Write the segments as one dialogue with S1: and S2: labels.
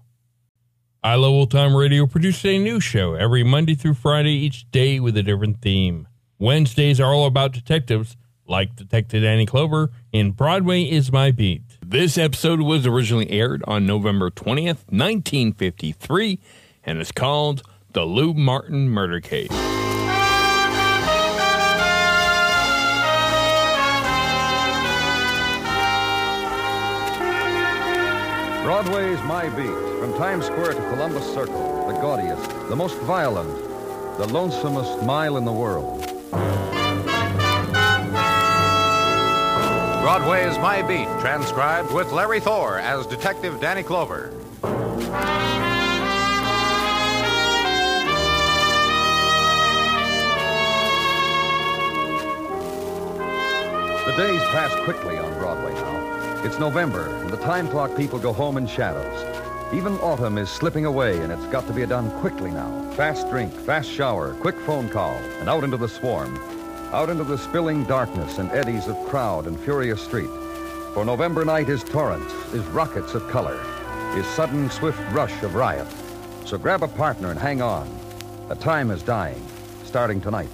S1: I Love Old Time Radio produces a new show every Monday through Friday, each day with a different theme. Wednesdays are all about detectives, like Detective Danny Clover in Broadway is My Beat. This episode was originally aired on November 20th, 1953, and is called The Lou Martin Murder Case.
S2: Broadway's My Beat, from Times Square to Columbus Circle, the gaudiest, the most violent, the lonesomest mile in the world.
S3: Broadway's My Beat, transcribed with Larry Thor as Detective Danny Clover.
S2: The days pass quickly on Broadway now. It's November, and the time clock people go home in shadows. Even autumn is slipping away, and it's got to be done quickly now. Fast drink, fast shower, quick phone call, and out into the swarm. Out into the spilling darkness and eddies of crowd and furious street. For November night is torrents, is rockets of color, is sudden swift rush of riot. So grab a partner and hang on. A time is dying, starting tonight.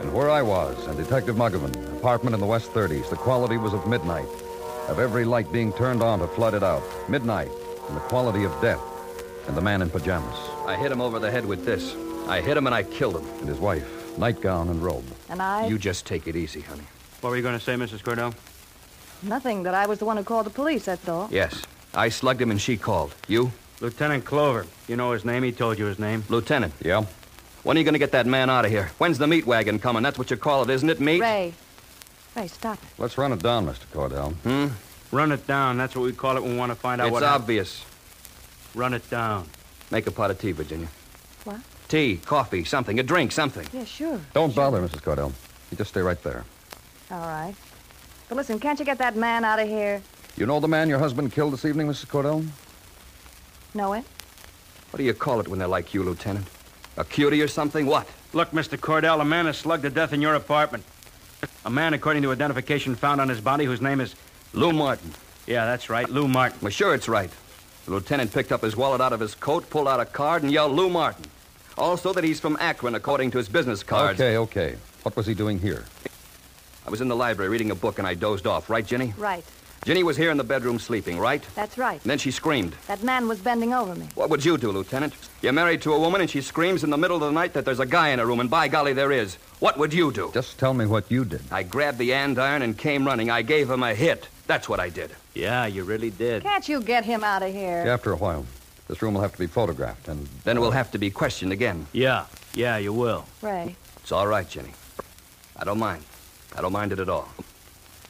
S2: And where I was, and Detective Muggerman, apartment in the West 30s, the quality was of midnight, of every light being turned on to flood it out. Midnight, and the quality of death, and the man in pajamas,
S4: I hit him over the head with this. I hit him and I killed him.
S2: and his wife, nightgown and robe.
S5: And I.
S4: You just take it easy, honey.
S6: What were you going to say, Mrs. Cordo?
S5: Nothing, that I was the one who called the police, that's all.
S4: Yes. I slugged him and she called. You?
S6: Lieutenant Clover. You know his name. He told you his name.
S4: Lieutenant.
S2: Yeah?
S4: When are you going to get that man out of here? When's the meat wagon coming? That's what you call it, isn't it, meat?
S5: Ray. Ray, stop it.
S2: Let's run it down, Mr. Cordell.
S6: Run it down. That's what we call it when we want to find out
S4: Hmm? It's
S6: what. hap-
S4: obvious.
S6: Run it down.
S4: Make a pot of tea, Virginia.
S5: What?
S4: Tea, coffee, something, a drink, something.
S5: Yeah, sure.
S2: Don't bother, Mrs. Cordell. You just stay right there.
S5: All right. But listen, can't you get that man out of here?
S2: You know the man your husband killed this evening, Mrs. Cordell?
S5: Know it?
S4: What do you call it when they're like you, Lieutenant? A cutie or something? What?
S6: Look, Mr. Cordell, a man is slugged to death in your apartment. A man, according to identification found on his body, whose name is.
S4: Lou Martin.
S6: Yeah, that's right, Lou Martin.
S4: Well, sure, it's right. The lieutenant picked up his wallet out of his coat, pulled out a card, and yelled Lou Martin. Also, that he's from Akron, according to his business cards.
S2: Okay, okay. What was he doing here?
S4: I was in the library reading a book and I dozed off, right, Ginny?
S5: Right.
S4: Ginny was here in the bedroom sleeping, right?
S5: That's right.
S4: And then she screamed.
S5: That man was bending over me.
S4: What would you do, Lieutenant? You're married to a woman and she screams in the middle of the night that there's a guy in her room, and by golly, there is. What would you do?
S2: Just tell me what you did.
S4: I grabbed the andiron and came running. I gave him a hit. That's what I did.
S6: Yeah, you really did.
S5: Can't you get him out of here?
S2: After a while, this room will have to be photographed, and
S4: Then we'll have to be questioned again.
S6: Yeah, yeah, you will.
S5: Ray,
S4: It's all right, Ginny. I don't mind. I don't mind it at all.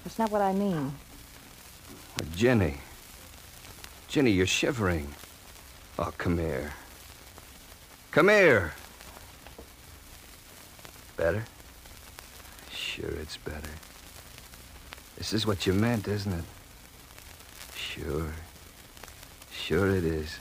S5: that's not what I mean.
S4: But Ginny. Ginny, you're shivering. Oh, come here. Come here. Better? Sure, it's better. This is what you meant, isn't it? Sure. Sure it is.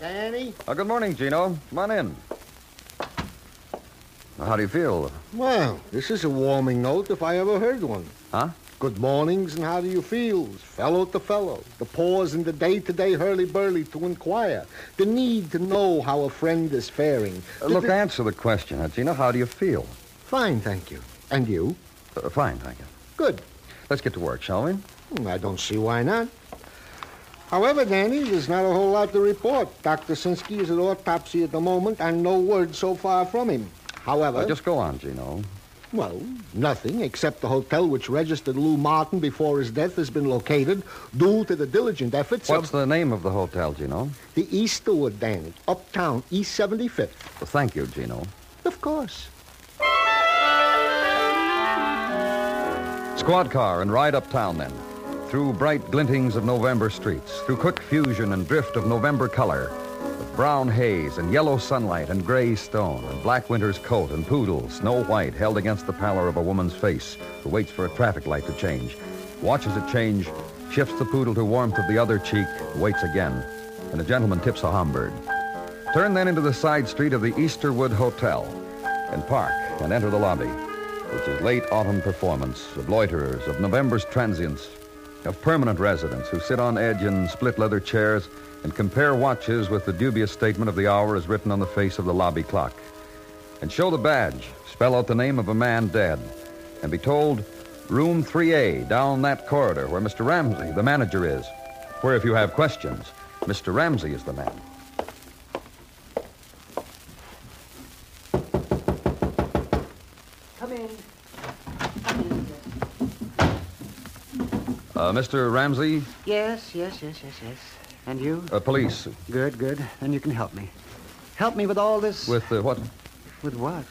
S7: Danny?
S2: Oh, good morning, Gino. Come on in. Now, How do you feel?
S7: Well, this is a warming note if I ever heard one.
S2: Huh?
S7: Good mornings and how do you feels, fellow to fellow. The pause in the day-to-day hurly-burly to inquire. The need to know how a friend is faring.
S2: Uh,
S7: The-
S2: look,
S7: the-
S2: answer the question, Hutchina. How do you feel?
S7: Fine, thank you. And you?
S2: Uh, fine, thank you.
S7: Good.
S2: Let's get to work, shall we?
S7: Hmm, I don't see why not. However, Danny, there's not a whole lot to report. Dr. Sinsky is at autopsy at the moment, and no word so far from him. However,
S2: Uh, just go on, Gino.
S7: well, nothing except the hotel which registered Lou Martin before his death has been located due to the diligent efforts
S2: What's
S7: of
S2: the name of the hotel, Gino?
S7: the Easterwood, Danny, uptown, East 75th.
S2: Well, thank you, Gino.
S7: Of course.
S2: Squad car and ride uptown then. Through bright glintings of November streets, through quick fusion and drift of November color, with brown haze and yellow sunlight and gray stone and black winter's coat and poodle, snow white held against the pallor of a woman's face who waits for a traffic light to change, watches it change, shifts the poodle to warmth of the other cheek, waits again, and a gentleman tips a Homburg. Turn then into the side street of the Easterwood Hotel and park and enter the lobby, which is late autumn performance of loiterers, of November's transients, of permanent residents who sit on edge in split leather chairs and compare watches with the dubious statement of the hour as written on the face of the lobby clock. And show the badge, spell out the name of a man dead, and be told, Room 3A, down that corridor where Mr. Ramsey, the manager, is. Where, if you have questions, Mr. Ramsey is the man.
S8: Come in.
S2: Uh, Mr. Ramsey,
S8: Yes, yes, yes, yes, yes. And you?
S2: uh, police,
S8: Good, good. Then you can help me. Help me with all this.
S2: with uh, what?
S8: With what?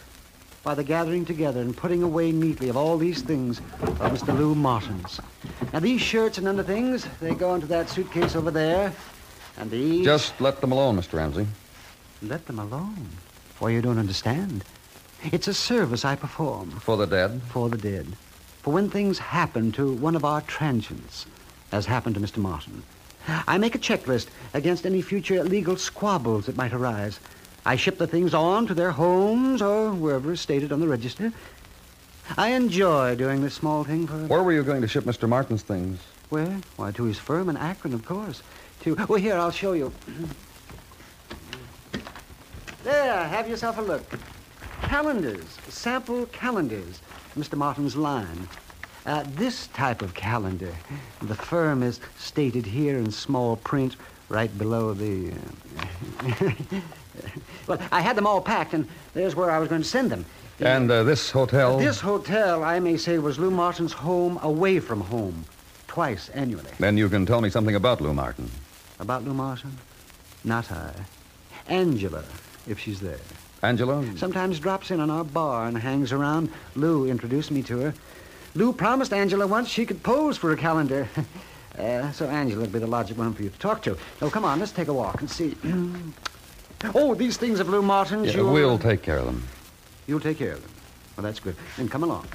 S8: By the gathering together and putting away neatly of all these things of Mr. Lou Martin's. Now, these shirts and underthings, they go into that suitcase over there. And these.
S2: Just let them alone, Mr. Ramsey.
S8: Let them alone. For you don't understand. It's a service I perform.
S2: For the dead.
S8: for the dead. For when things happen to one of our transients, as happened to Mr. Martin, I make a checklist against any future legal squabbles that might arise. I ship the things on to their homes or wherever is stated on the register. I enjoy doing this small thing for...
S2: Where were you going to ship Mr. Martin's things?
S8: Where? Why, to his firm in Akron, of course. To... Well, here, I'll show you. there, have yourself a look. Calendars, sample calendars, Mr. Martin's line. Uh, this type of calendar, the firm is stated here in small print right below the... Uh... well, I had them all packed, and there's where I was going to send them.
S2: And uh, this hotel.
S8: This hotel, I may say, was Lou Martin's home away from home, twice annually.
S2: Then you can tell me something about Lou Martin.
S8: About Lou Martin? Not I. Angela, if she's there.
S2: Angela?
S8: Sometimes drops in on our bar and hangs around. Lou introduced me to her. Lou promised Angela once she could pose for a calendar. Uh, so Angela would be the logical one for you to talk to. Oh, come on, let's take a walk and see. oh, these things of Lou Martin's.
S2: Yeah,
S8: you'll-
S2: we'll take care of them.
S8: You'll take care of them. Well, that's good. Then come along.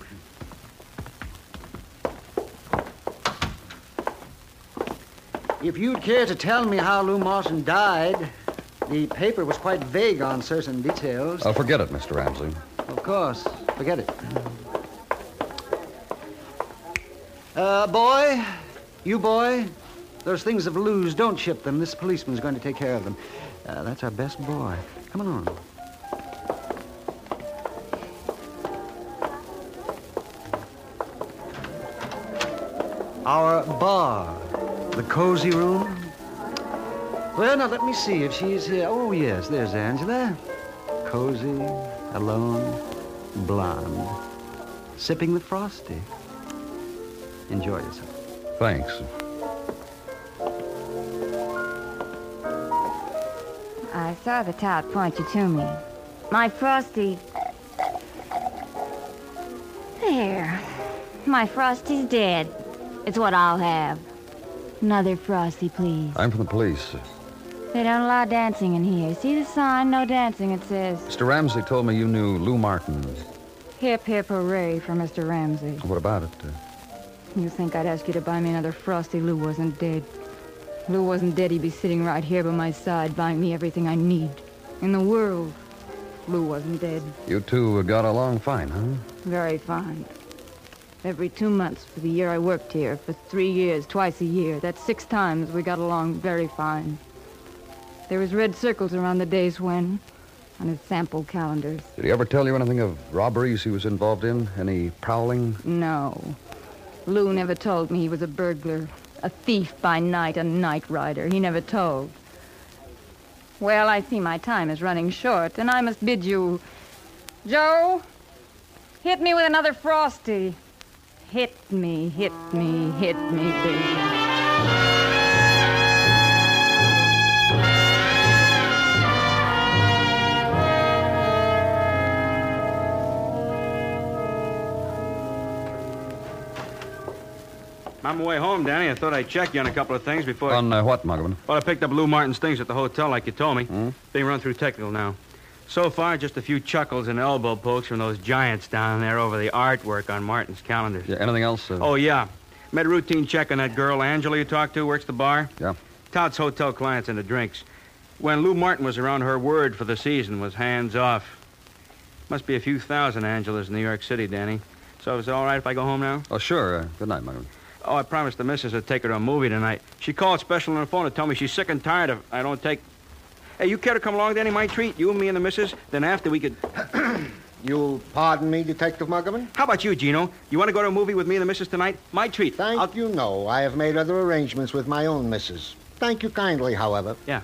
S8: If you'd care to tell me how Lou Martin died, the paper was quite vague on certain details.
S2: Uh, forget it, Mr. Ramsey.
S8: Of course. Forget it. Uh, boy, you boy, those things of Lou's, don't ship them. This policeman's going to take care of them. Uh, that's our best boy. Come along. Our bar, the cozy room. Well, now let me see if she's here. Oh, yes, there's Angela cozy, alone, blonde, sipping the frosty. Enjoy yourself.
S2: Thanks.
S5: I saw the tout point you to me. My Frosty. There. My Frosty's dead. It's what I'll have. Another Frosty, please.
S2: I'm from the police.
S5: They don't allow dancing in here. See the sign? No dancing, it says.
S2: Mr. Ramsey told me you knew Lou Martin.
S5: Hip, hip, hooray for Mr. Ramsey.
S2: What about it? Uh,
S5: You think I'd ask you to buy me another Frosty? Lou wasn't dead. Lou wasn't dead, he'd be sitting right here by my side buying me everything I need in the world. Lou wasn't dead.
S2: you two got along fine, huh?
S5: Very fine. Every two months for the year I worked here, for three years, twice a year. That's six times we got along very fine. There was red circles around the days when, on his sample calendars.
S2: Did he ever tell you anything of robberies he was involved in? Any prowling?
S5: No. Lou never told me he was a burglar, a thief by night, a night rider. He never told. Well, I see my time is running short, and I must bid you. Joe, hit me with another frosty. Hit me, hit me, hit me, baby.
S6: I'm on my way home, Danny. I thought I'd check you on a couple of things before.
S2: On uh, what, Muggerman?
S6: Well, I picked up Lou Martin's things at the hotel, like you told me.
S2: Hmm?
S6: Being run through technical now. So far, just a few chuckles and elbow pokes from those giants down there over the artwork on Martin's calendars.
S2: Yeah, anything else? Uh,
S6: Oh, yeah. Made a routine check on that girl, Angela, you talked to, works the bar.
S2: Yeah.
S6: Touts hotel clients and the drinks. When Lou Martin was around, her word for the season was hands off. Must be a few thousand Angelas in New York City, Danny. So is it all right if I go home now?
S2: Oh, sure. Uh, good night, Muggerman.
S6: Oh, I promised the missus I'd take her to a movie tonight. She called special on the phone to tell me she's sick and tired of I don't take. Hey, you care to come along, Danny? My treat, you, me, and the missus. Then after we could.
S7: You'll pardon me, Detective Muggerman?
S6: How about you, Gino? You want to go to a movie with me and the missus tonight? My treat.
S7: Thank
S6: I'll-
S7: you, no. I have made other arrangements with my own missus. Thank you kindly, however.
S6: Yeah.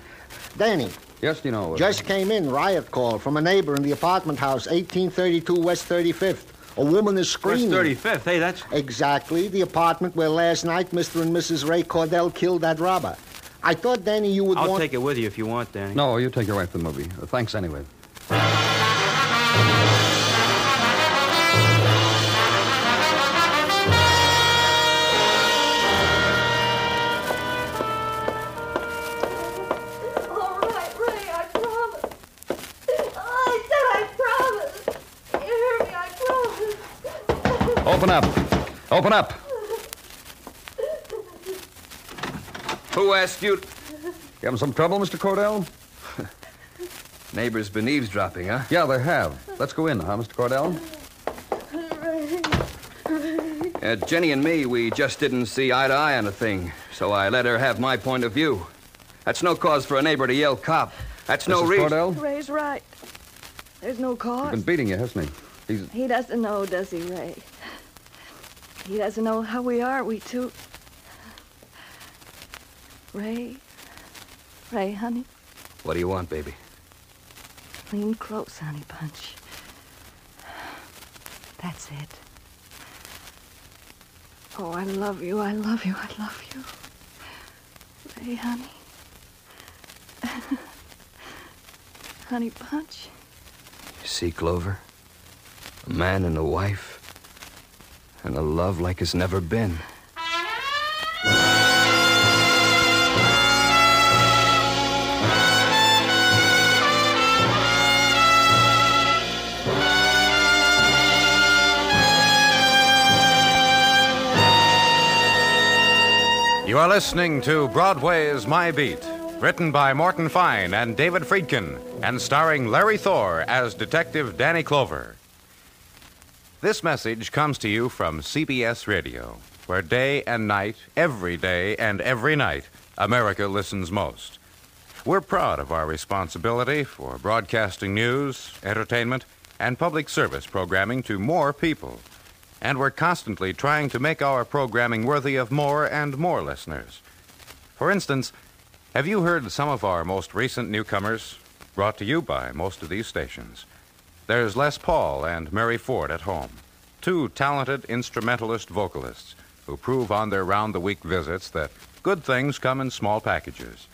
S7: Danny,
S2: Yes, you know. uh,
S7: just came in riot call from a neighbor in the apartment house, 1832 West 35th. A woman is
S6: West
S7: screaming.
S6: 35th. Hey, that's.
S7: Exactly, the apartment where last night Mr. and Mrs. Ray Cordell killed that robber. I thought, Danny, you would
S6: I'll
S7: want.
S6: take it with you if you want, Danny.
S2: No, you take your wife to the movie. Uh, thanks anyway.
S9: All right, Ray, I promise. I said I promise. You hear me? I promise.
S2: Open up. Open up.
S4: Who asked you?
S2: You having some trouble, Mr. Cordell?
S4: Neighbors' Benev's dropping, huh?
S2: Yeah, they have. Let's go in, huh, Mr. Cordell?
S4: Uh, Jenny and me, we just didn't see eye to eye on a thing, so I let her have my point of view. That's no cause for a neighbor to yell cop. That's no
S2: Mrs.
S4: reason.
S2: Cordell?
S9: Ray's right. There's no
S2: He's been
S9: cause.
S2: beating you, hasn't he? He's.
S9: He doesn't know, does he, Ray? He doesn't know how we are, we two. Ray, Ray, honey,
S4: What do you want, baby?
S9: lean close, honey punch. That's it. Oh, I love you, I love you, I love you. Ray, honey. honey punch.
S4: See Clover? A man and a wife. And a love like it's never been.
S3: You are listening to Broadway's My Beat, written by Morton Fine and David Friedkin, and starring Larry Thor as Detective Danny Clover. This message comes to you from CBS Radio, where day and night, every day and every night, America listens most. We're proud of our responsibility for broadcasting news, entertainment, and public service programming to more people and we're constantly trying to make our programming worthy of more and more listeners. For instance, have you heard some of our most recent newcomers brought to you by most of these stations? There's Les Paul and Mary Ford at home, two talented instrumentalist vocalists who prove on their round the week visits that good things come in small packages.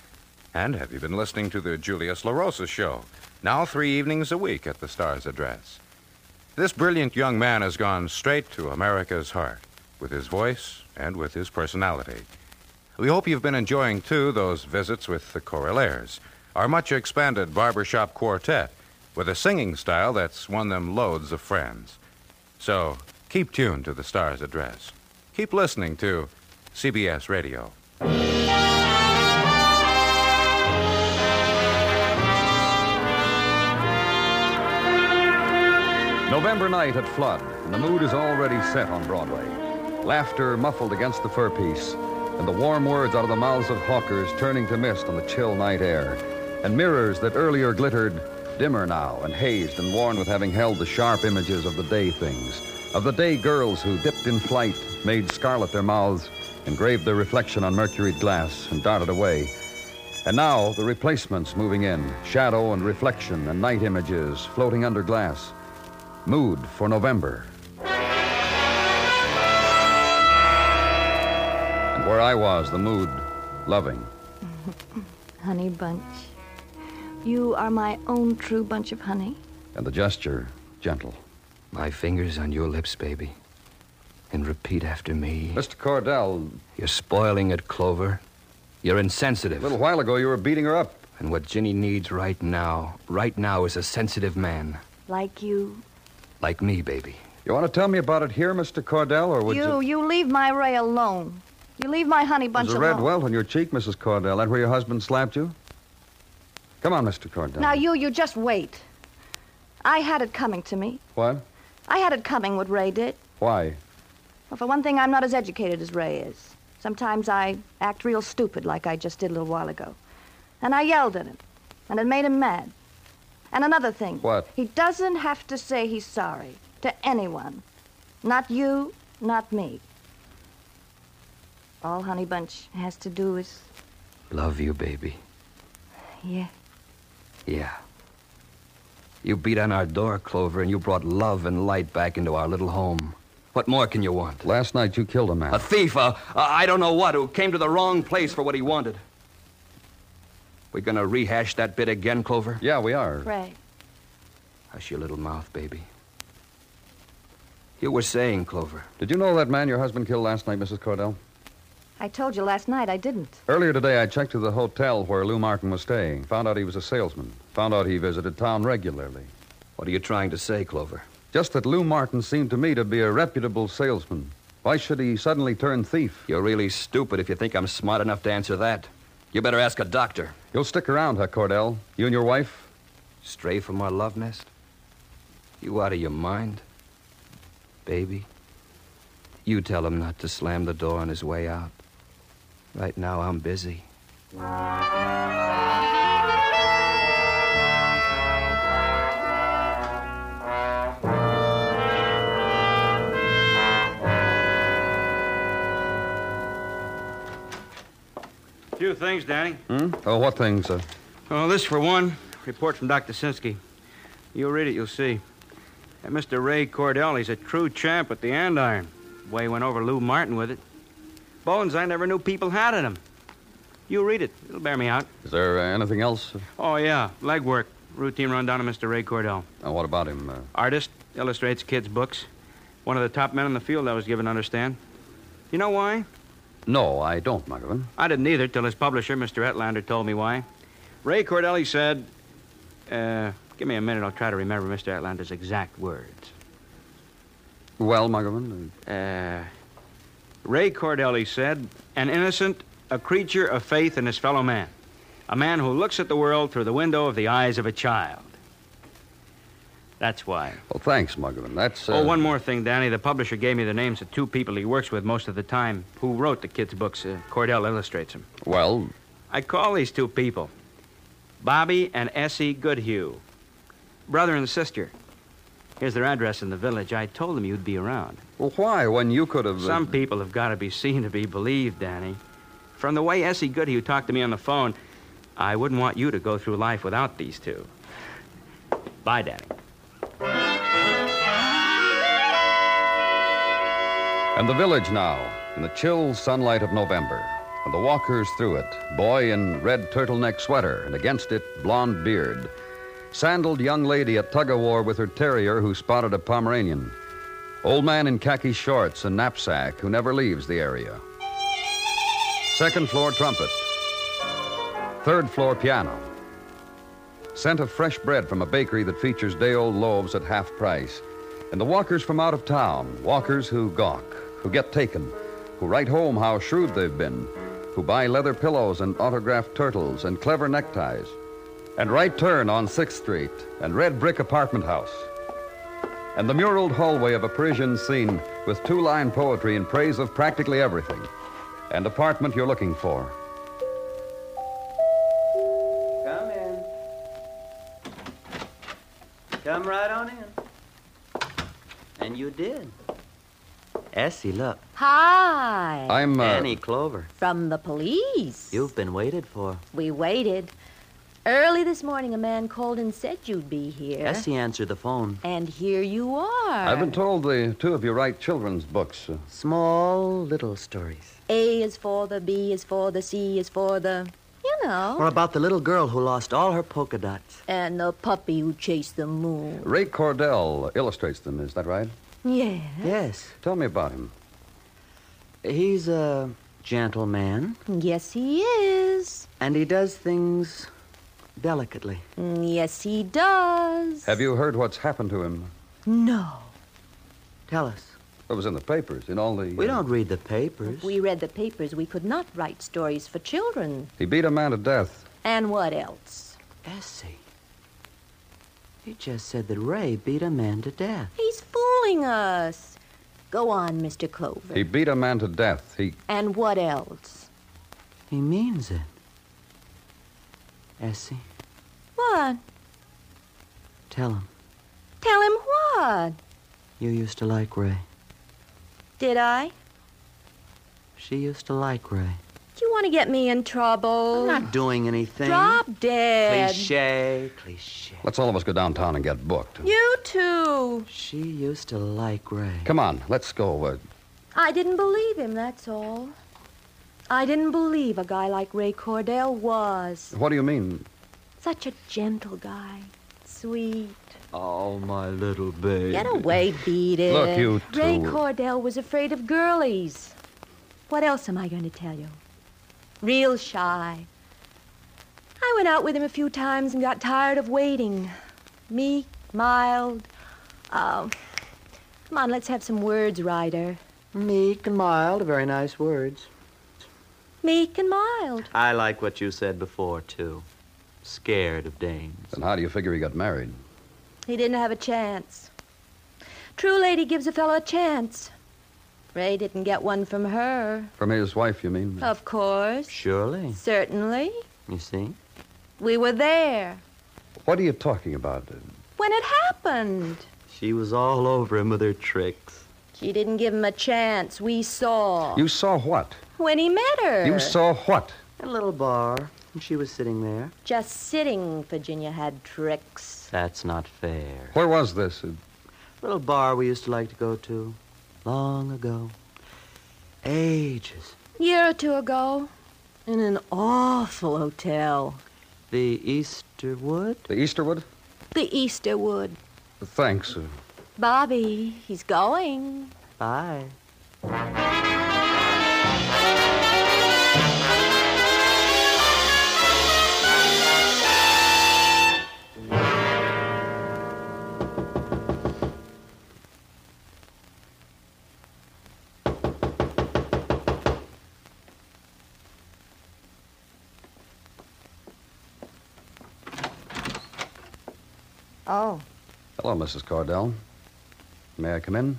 S3: And have you been listening to the Julius LaRosa show, now three evenings a week at the Star's Address? This brilliant young man has gone straight to America's heart with his voice and with his personality. We hope you've been enjoying, too, those visits with the Corollaires, our much expanded barbershop quartet with a singing style that's won them loads of friends. So keep tuned to the Star's Address. Keep listening to CBS Radio.
S2: November night at Flood in and the mood is already set on Broadway. Laughter muffled against the fur piece, and the warm words out of the mouths of hawkers turning to mist on the chill night air, and mirrors that earlier glittered, dimmer now and hazed and worn with having held the sharp images of the day things, of the day girls who dipped in flight, made scarlet their mouths, engraved their reflection on mercuried glass, and darted away. And now the replacements moving in, shadow and reflection and night images floating under glass. Mood for November. And where I was, the mood loving.
S10: Honey bunch. You are my own true bunch of honey.
S2: And the gesture, gentle.
S4: My fingers on your lips, baby. And repeat after me.
S2: Mr. Cordell.
S4: You're spoiling it, Clover. You're insensitive.
S2: A little while ago, you were beating her up.
S4: And what Ginny needs right now, right now, is a sensitive man.
S10: Like you.
S4: Like me, baby.
S2: You want to tell me about it here, Mr. Cordell, or would you?
S10: you, you leave my Ray alone. You leave my honey bunch
S2: There's a
S10: alone.
S2: red welt on your cheek, Mrs. Cordell. That where your husband slapped you? Come on, Mr. Cordell.
S10: Now, you, you just wait. I had it coming to me.
S2: What?
S10: I had it coming, what Ray did.
S2: Why?
S10: Well, for one thing, I'm not as educated as Ray is. Sometimes I act real stupid, like I just did a little while ago. And I yelled at him, and it made him mad. And another thing.
S2: What?
S10: He doesn't have to say he's sorry to anyone. Not you, not me. All Honey Bunch has to do is,
S4: Love you, baby.
S10: yeah,
S4: Yeah. You beat on our door, Clover, and you brought love and light back into our little home. What more can you want?
S2: Last night you killed a man.
S4: A thief, a, a I don't know what, who came to the wrong place for what he wanted. We're gonna rehash that bit again, Clover?
S2: Yeah, we are.
S10: Ray.
S4: Hush your little mouth, baby. You were saying, Clover.
S2: Did you know that man your husband killed last night, Mrs. Cordell?
S10: I told you last night I didn't.
S2: Earlier today, I checked to the hotel where Lou Martin was staying. Found out he was a salesman. Found out he visited town regularly.
S4: What are you trying to say, Clover?
S2: Just that Lou Martin seemed to me to be a reputable salesman. Why should he suddenly turn thief?
S4: You're really stupid if you think I'm smart enough to answer that. You better ask a doctor.
S2: You'll stick around, huh, Cordell? You and your wife?
S4: Stray from our love nest? You out of your mind? Baby, you tell him not to slam the door on his way out. Right now, I'm busy.
S6: Few things, Danny.
S2: Hmm? Oh, what things? Uh,
S6: Well, Oh, this for one. Report from Dr. Sinsky. You read it, you'll see. That Mr. Ray Cordell, he's a true champ at the andiron. The way he went over Lou Martin with it. Bones, I never knew people had in 'em. You read it. It'll bear me out.
S2: is there uh, anything else?
S6: Oh, yeah. Legwork. Routine rundown of Mr. Ray Cordell.
S2: Uh, what about him? Uh,
S6: Artist. Illustrates kids' books. One of the top men in the field, I was given to understand. You know why?
S2: no, I don't, McGovern.
S6: I didn't either till his publisher, Mr. Etlander, told me why. Ray Cordelli said, uh, give me a minute, I'll try to remember Mr. Etlander's exact words.
S2: Well, McGovern, uh,
S6: Uh, Ray Cordelli said, an innocent, a creature of faith in his fellow man, a man who looks at the world through the window of the eyes of a child. That's why.
S2: well, thanks, McGovern. That's. Uh,
S6: Oh, one more thing, Danny. The publisher gave me the names of two people he works with most of the time who wrote the kids' books. Uh, Cordell illustrates them.
S2: Well,
S6: I call these two people Bobby and Essie Goodhue, brother and sister. Here's their address in the village. I told them you'd be around.
S2: well, why? When you could have. uh,
S6: Some people have got to be seen to be believed, Danny. From the way Essie Goodhue talked to me on the phone, I wouldn't want you to go through life without these two. Bye, Danny.
S2: And the village now, in the chill sunlight of November, and the walkers through it, boy in red turtleneck sweater, and against it, blonde beard. Sandaled young lady at tug of war with her terrier who spotted a Pomeranian. Old man in khaki shorts and knapsack who never leaves the area. Second floor trumpet. Third floor piano. Scent of fresh bread from a bakery that features day old loaves at half price. And the walkers from out of town, walkers who gawk, who get taken, who write home how shrewd they've been, who buy leather pillows and autographed turtles and clever neckties. And right turn on 6th Street and red brick apartment house. and the muraled hallway of a Parisian scene with two line poetry in praise of practically everything and apartment you're looking for.
S11: Come in. Come right on in. And you did. Essie, look.
S12: Hi.
S2: I'm, uh,
S11: Annie Clover.
S12: From the police.
S11: You've been waited for.
S12: We waited. Early this morning, a man called and said you'd be here.
S11: Essie answered the phone.
S12: And here you are.
S2: I've been told the two of you write children's books. uh.
S11: Small little stories.
S12: A is for the, B is for the, C is for the, you know.
S11: Or about the little girl who lost all her polka dots.
S12: And the puppy who chased the moon.
S2: Ray Cordell illustrates them, is that right?
S12: Yeah.
S11: Yes.
S2: Tell me about him.
S11: He's a gentleman,
S12: Yes, he is.
S11: and he does things delicately.
S12: Mm, Yes, he does.
S2: Have you heard what's happened to him?
S12: No.
S11: Tell us.
S2: It was in the papers, in all the.
S11: We don't read the papers.
S12: We read the papers. We could not write stories for children.
S2: He beat a man to death.
S12: And what else?
S11: Essie. He just said that Ray beat a man to death.
S12: He's fooling us. Go on, Mr. Clover.
S2: He beat a man to death. He.
S12: And what else?
S11: He means it. Essie,
S12: What?
S11: tell him.
S12: Tell him what?
S11: You used to like Ray.
S12: Did I?
S11: She used to like Ray.
S12: Do you want to get me in trouble?
S11: Not doing anything.
S12: Drop dead.
S11: Cliche, cliche.
S2: Let's all of us go downtown and get booked.
S12: You too.
S11: She used to like Ray.
S2: Come on, let's go. Uh,
S12: I didn't believe him, that's all. I didn't believe a guy like Ray Cordell was.
S2: what do you mean?
S12: Such a gentle guy. Sweet.
S11: Oh, my little baby.
S12: Get away, beat it.
S11: Look, you
S12: Ray
S11: two-
S12: Cordell was afraid of girlies. What else am I going to tell you? Real shy. I went out with him a few times and got tired of waiting. Meek, mild. Oh, come on, let's have some words, Ryder.
S11: Meek and mild, very nice words.
S12: Meek and mild.
S11: I like what you said before, too. Scared of Danes.
S2: Then how do you figure he got married?
S12: He didn't have a chance. True lady gives a fellow a chance. Ray didn't get one from her.
S2: From his wife, you mean?
S12: Of course.
S11: Surely.
S12: Certainly.
S11: You see?
S12: We were there
S2: What are you talking about?
S12: when it happened.
S11: She was all over him with her tricks.
S12: She didn't give him a chance. We saw.
S2: You saw what?
S12: When he met her.
S2: You saw what?
S11: A little bar, and she was sitting there.
S12: Just sitting, Virginia had tricks.
S11: That's not fair.
S2: Where was this?
S11: Little bar we used to like to go to. Long ago. Ages.
S12: Year or two ago. In an awful hotel.
S11: The Easterwood?
S2: The Easterwood?
S12: The Easterwood.
S2: Thanks. uh,
S12: Bobby, he's going.
S11: Bye.
S10: Oh,
S2: Hello, Mrs. Cordell. May I come in?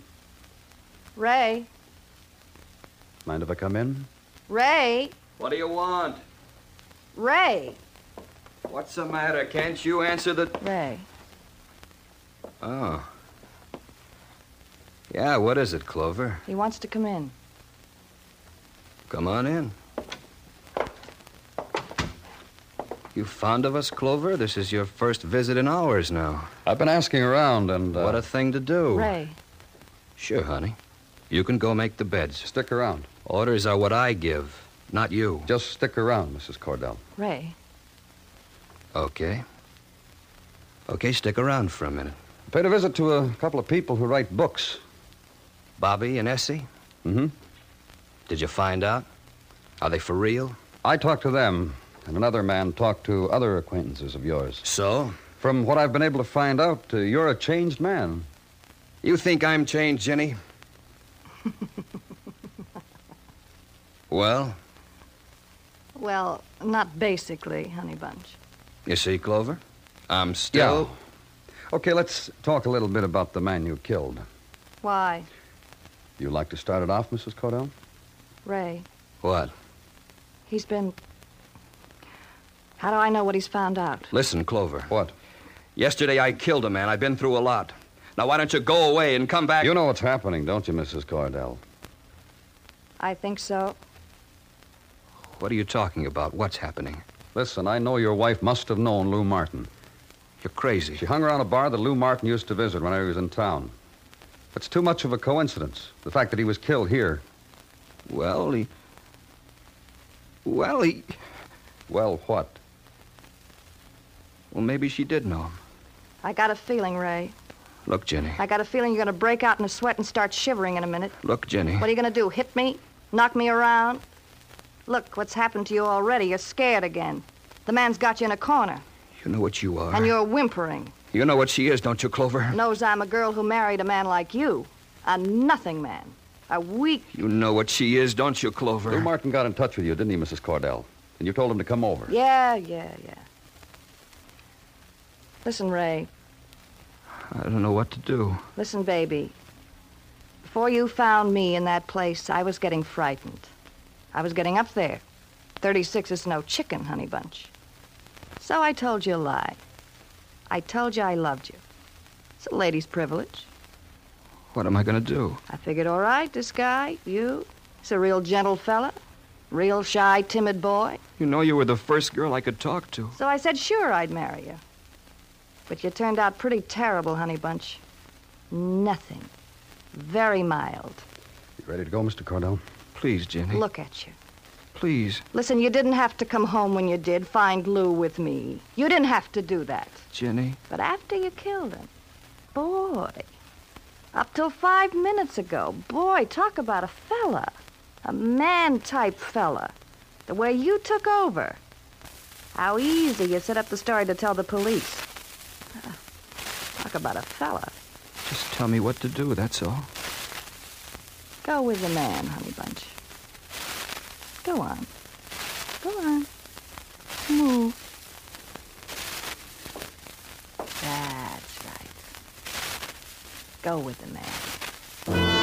S10: Ray.
S2: Mind if I come in?
S10: Ray.
S4: What do you want?
S10: Ray.
S4: What's the matter? Can't you answer the.
S10: Ray.
S4: Oh. Yeah, what is it, Clover?
S10: He wants to come in.
S4: Come on in. You fond of us, Clover? This is your first visit in hours now.
S2: I've been asking around and. Uh,
S4: What a thing to do.
S10: Ray.
S4: Sure, honey. You can go make the beds.
S2: Stick around.
S4: Orders are what I give, not you.
S2: Just stick around, Mrs. Cordell.
S10: Ray.
S4: Okay. Okay, stick around for a minute.
S2: Paid a visit to a couple of people who write books.
S4: Bobby and Essie?
S2: Mm-hmm.
S4: Did you find out? Are they for real?
S2: I talked to them, and another man talked to other acquaintances of yours.
S4: So?
S2: From what I've been able to find out, uh, you're a changed man.
S4: You think I'm changed, Jenny? well,
S10: Well, not basically, honey bunch.
S4: you see, Clover, I'm still.
S2: Okay, let's talk a little bit about the man you killed.
S10: Why,
S2: You like to start it off, Mrs. Cordell?
S10: Ray?
S4: What?
S10: He's been. How do I know what he's found out?
S4: Listen, Clover.
S2: What?
S4: Yesterday I killed a man. I've been through a lot. Now why don't you go away and come back?
S2: You know what's happening, don't you, Mrs. Cordell?
S10: I think so.
S4: What are you talking about? What's happening?
S2: Listen, I know your wife must have known Lou Martin.
S4: You're crazy.
S2: She hung around a bar that Lou Martin used to visit whenever he was in town. It's too much of a coincidence, the fact that he was killed here.
S4: Well, he. Well, he.
S2: Well, what?
S4: Well, maybe she did know him.
S10: I got a feeling, Ray.
S4: Look, Jenny.
S10: I got a feeling you're going to break out in a sweat and start shivering in a minute.
S4: Look, Jenny.
S10: What are you going to do? Hit me? Knock me around? Look, what's happened to you already? You're scared again. The man's got you in a corner,
S4: You know what you are.
S10: and you're whimpering.
S4: You know what she is, don't you, Clover?
S10: Knows I'm a girl who married a man like you, a nothing man, a weak.
S4: You know what she is, don't you, Clover?
S2: Lou Martin got in touch with you, didn't he, Mrs. Cordell? And you told him to come over.
S10: Yeah, yeah, yeah. Listen, Ray.
S4: I don't know what to do.
S10: Listen, baby. Before you found me in that place, I was getting frightened. I was getting up there. 36 is no chicken, honey bunch. So I told you a lie. I told you I loved you. It's a lady's privilege.
S4: What am I going to do?
S10: I figured, all right, this guy, you, he's a real gentle fella, real shy, timid boy.
S4: You know you were the first girl I could talk to.
S10: So I said, sure, I'd marry you. But you turned out pretty terrible, honey bunch. Nothing. Very mild.
S2: You ready to go, Mr. Cordell?
S4: Please, Jenny.
S10: Look at you.
S4: Please,
S10: Listen, you didn't have to come home when you did, find Lou with me. You didn't have to do that.
S4: Jenny.
S10: But after you killed him, boy, up till five minutes ago, boy, talk about a fella. A man type fella. The way you took over. How easy you set up the story to tell the police. Ah, Talk about a fella.
S4: Just tell me what to do, that's all.
S10: Go with the man, honey bunch. Go on. Go on. Move. That's right. Go with the man.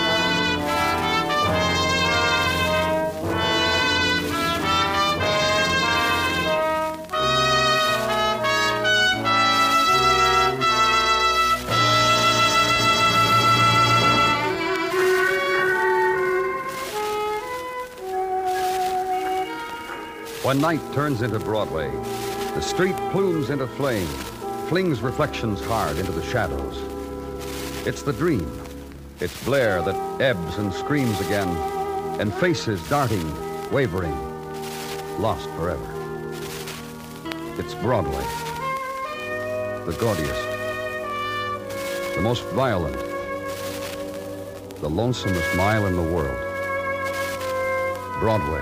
S2: When night turns into Broadway, the street plumes into flame, flings reflections hard into the shadows. It's the dream. It's Blair that ebbs and screams again, and faces darting, wavering, lost forever. It's Broadway. The gaudiest, the most violent, the lonesomest mile in the world. Broadway.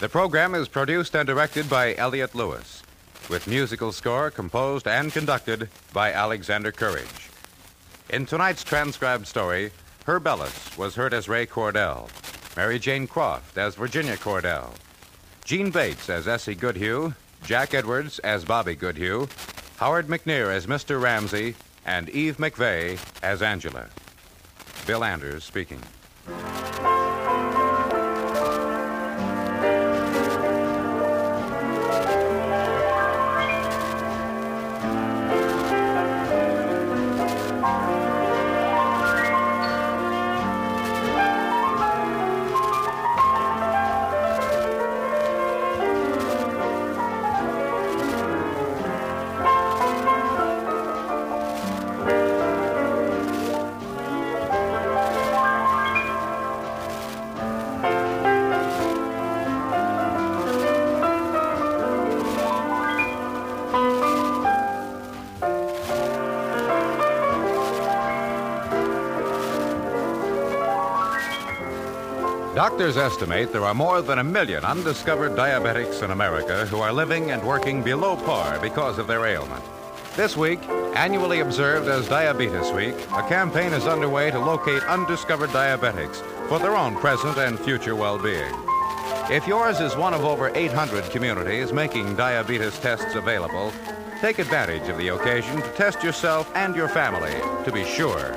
S3: The program is produced and directed by Elliot Lewis, with musical score composed and conducted by Alexander Courage. In tonight's transcribed story, Herb Ellis was heard as Ray Cordell, Mary Jane Croft as Virginia Cordell, Gene Bates as Essie Goodhue, Jack Edwards as Bobby Goodhue, Howard McNear as Mr. Ramsey, and Eve McVeigh as Angela. Bill Anders speaking. Doctors estimate there are more than a million undiscovered diabetics in America who are living and working below par because of their ailment. This week, annually observed as Diabetes Week, a campaign is underway to locate undiscovered diabetics for their own present and future well being. If yours is one of over 800 communities making diabetes tests available, take advantage of the occasion to test yourself and your family to be sure.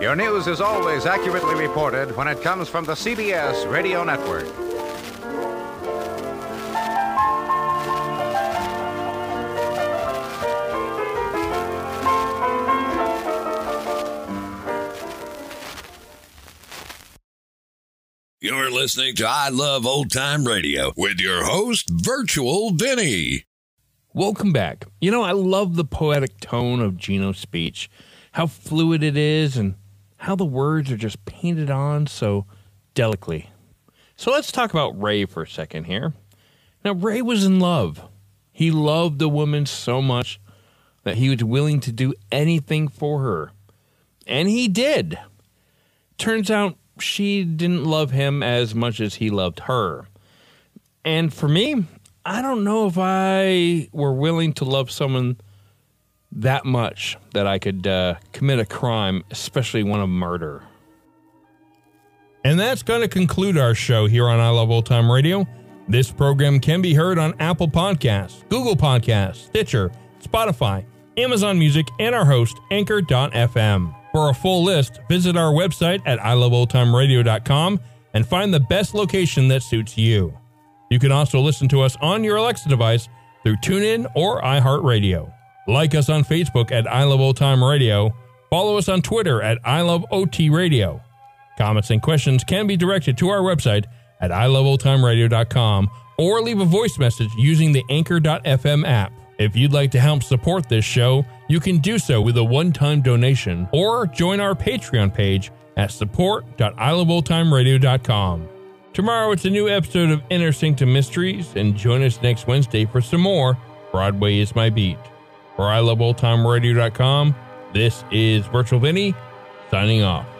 S3: Your news is always accurately reported when it comes from the CBS Radio Network.
S13: You're listening to I Love Old Time Radio with your host, Virtual Vinny.
S1: Welcome back. You know, I love the poetic tone of Gino's speech, how fluid it is, and how the words are just painted on so delicately. So let's talk about Ray for a second here. Now, Ray was in love. He loved the woman so much that he was willing to do anything for her. And he did. Turns out she didn't love him as much as he loved her. And for me, I don't know if I were willing to love someone that much that I could uh, commit a crime, especially one of murder. And that's going to conclude our show here on I Love Old Time Radio. This program can be heard on Apple Podcasts, Google Podcasts, Stitcher, Spotify, Amazon Music, and our host, Anchor.fm. For a full list, visit our website at iloveoldtimeradio.com and find the best location that suits you. You can also listen to us on your Alexa device through TuneIn or iHeartRadio. Like us on Facebook at I Love Old Time Radio. Follow us on Twitter at I Love OT Radio. Comments and questions can be directed to our website at iloveoldtimeradio.com or leave a voice message using the Anchor.fm app. If you'd like to help support this show, you can do so with a one-time donation or join our Patreon page at support.iloveoldtimeradio.com. Tomorrow it's a new episode of Inner Sanctum Mysteries, and join us next Wednesday for some more Broadway is My Beat. For iloveoldtimeradio.com, this is Virtual Vinny signing off.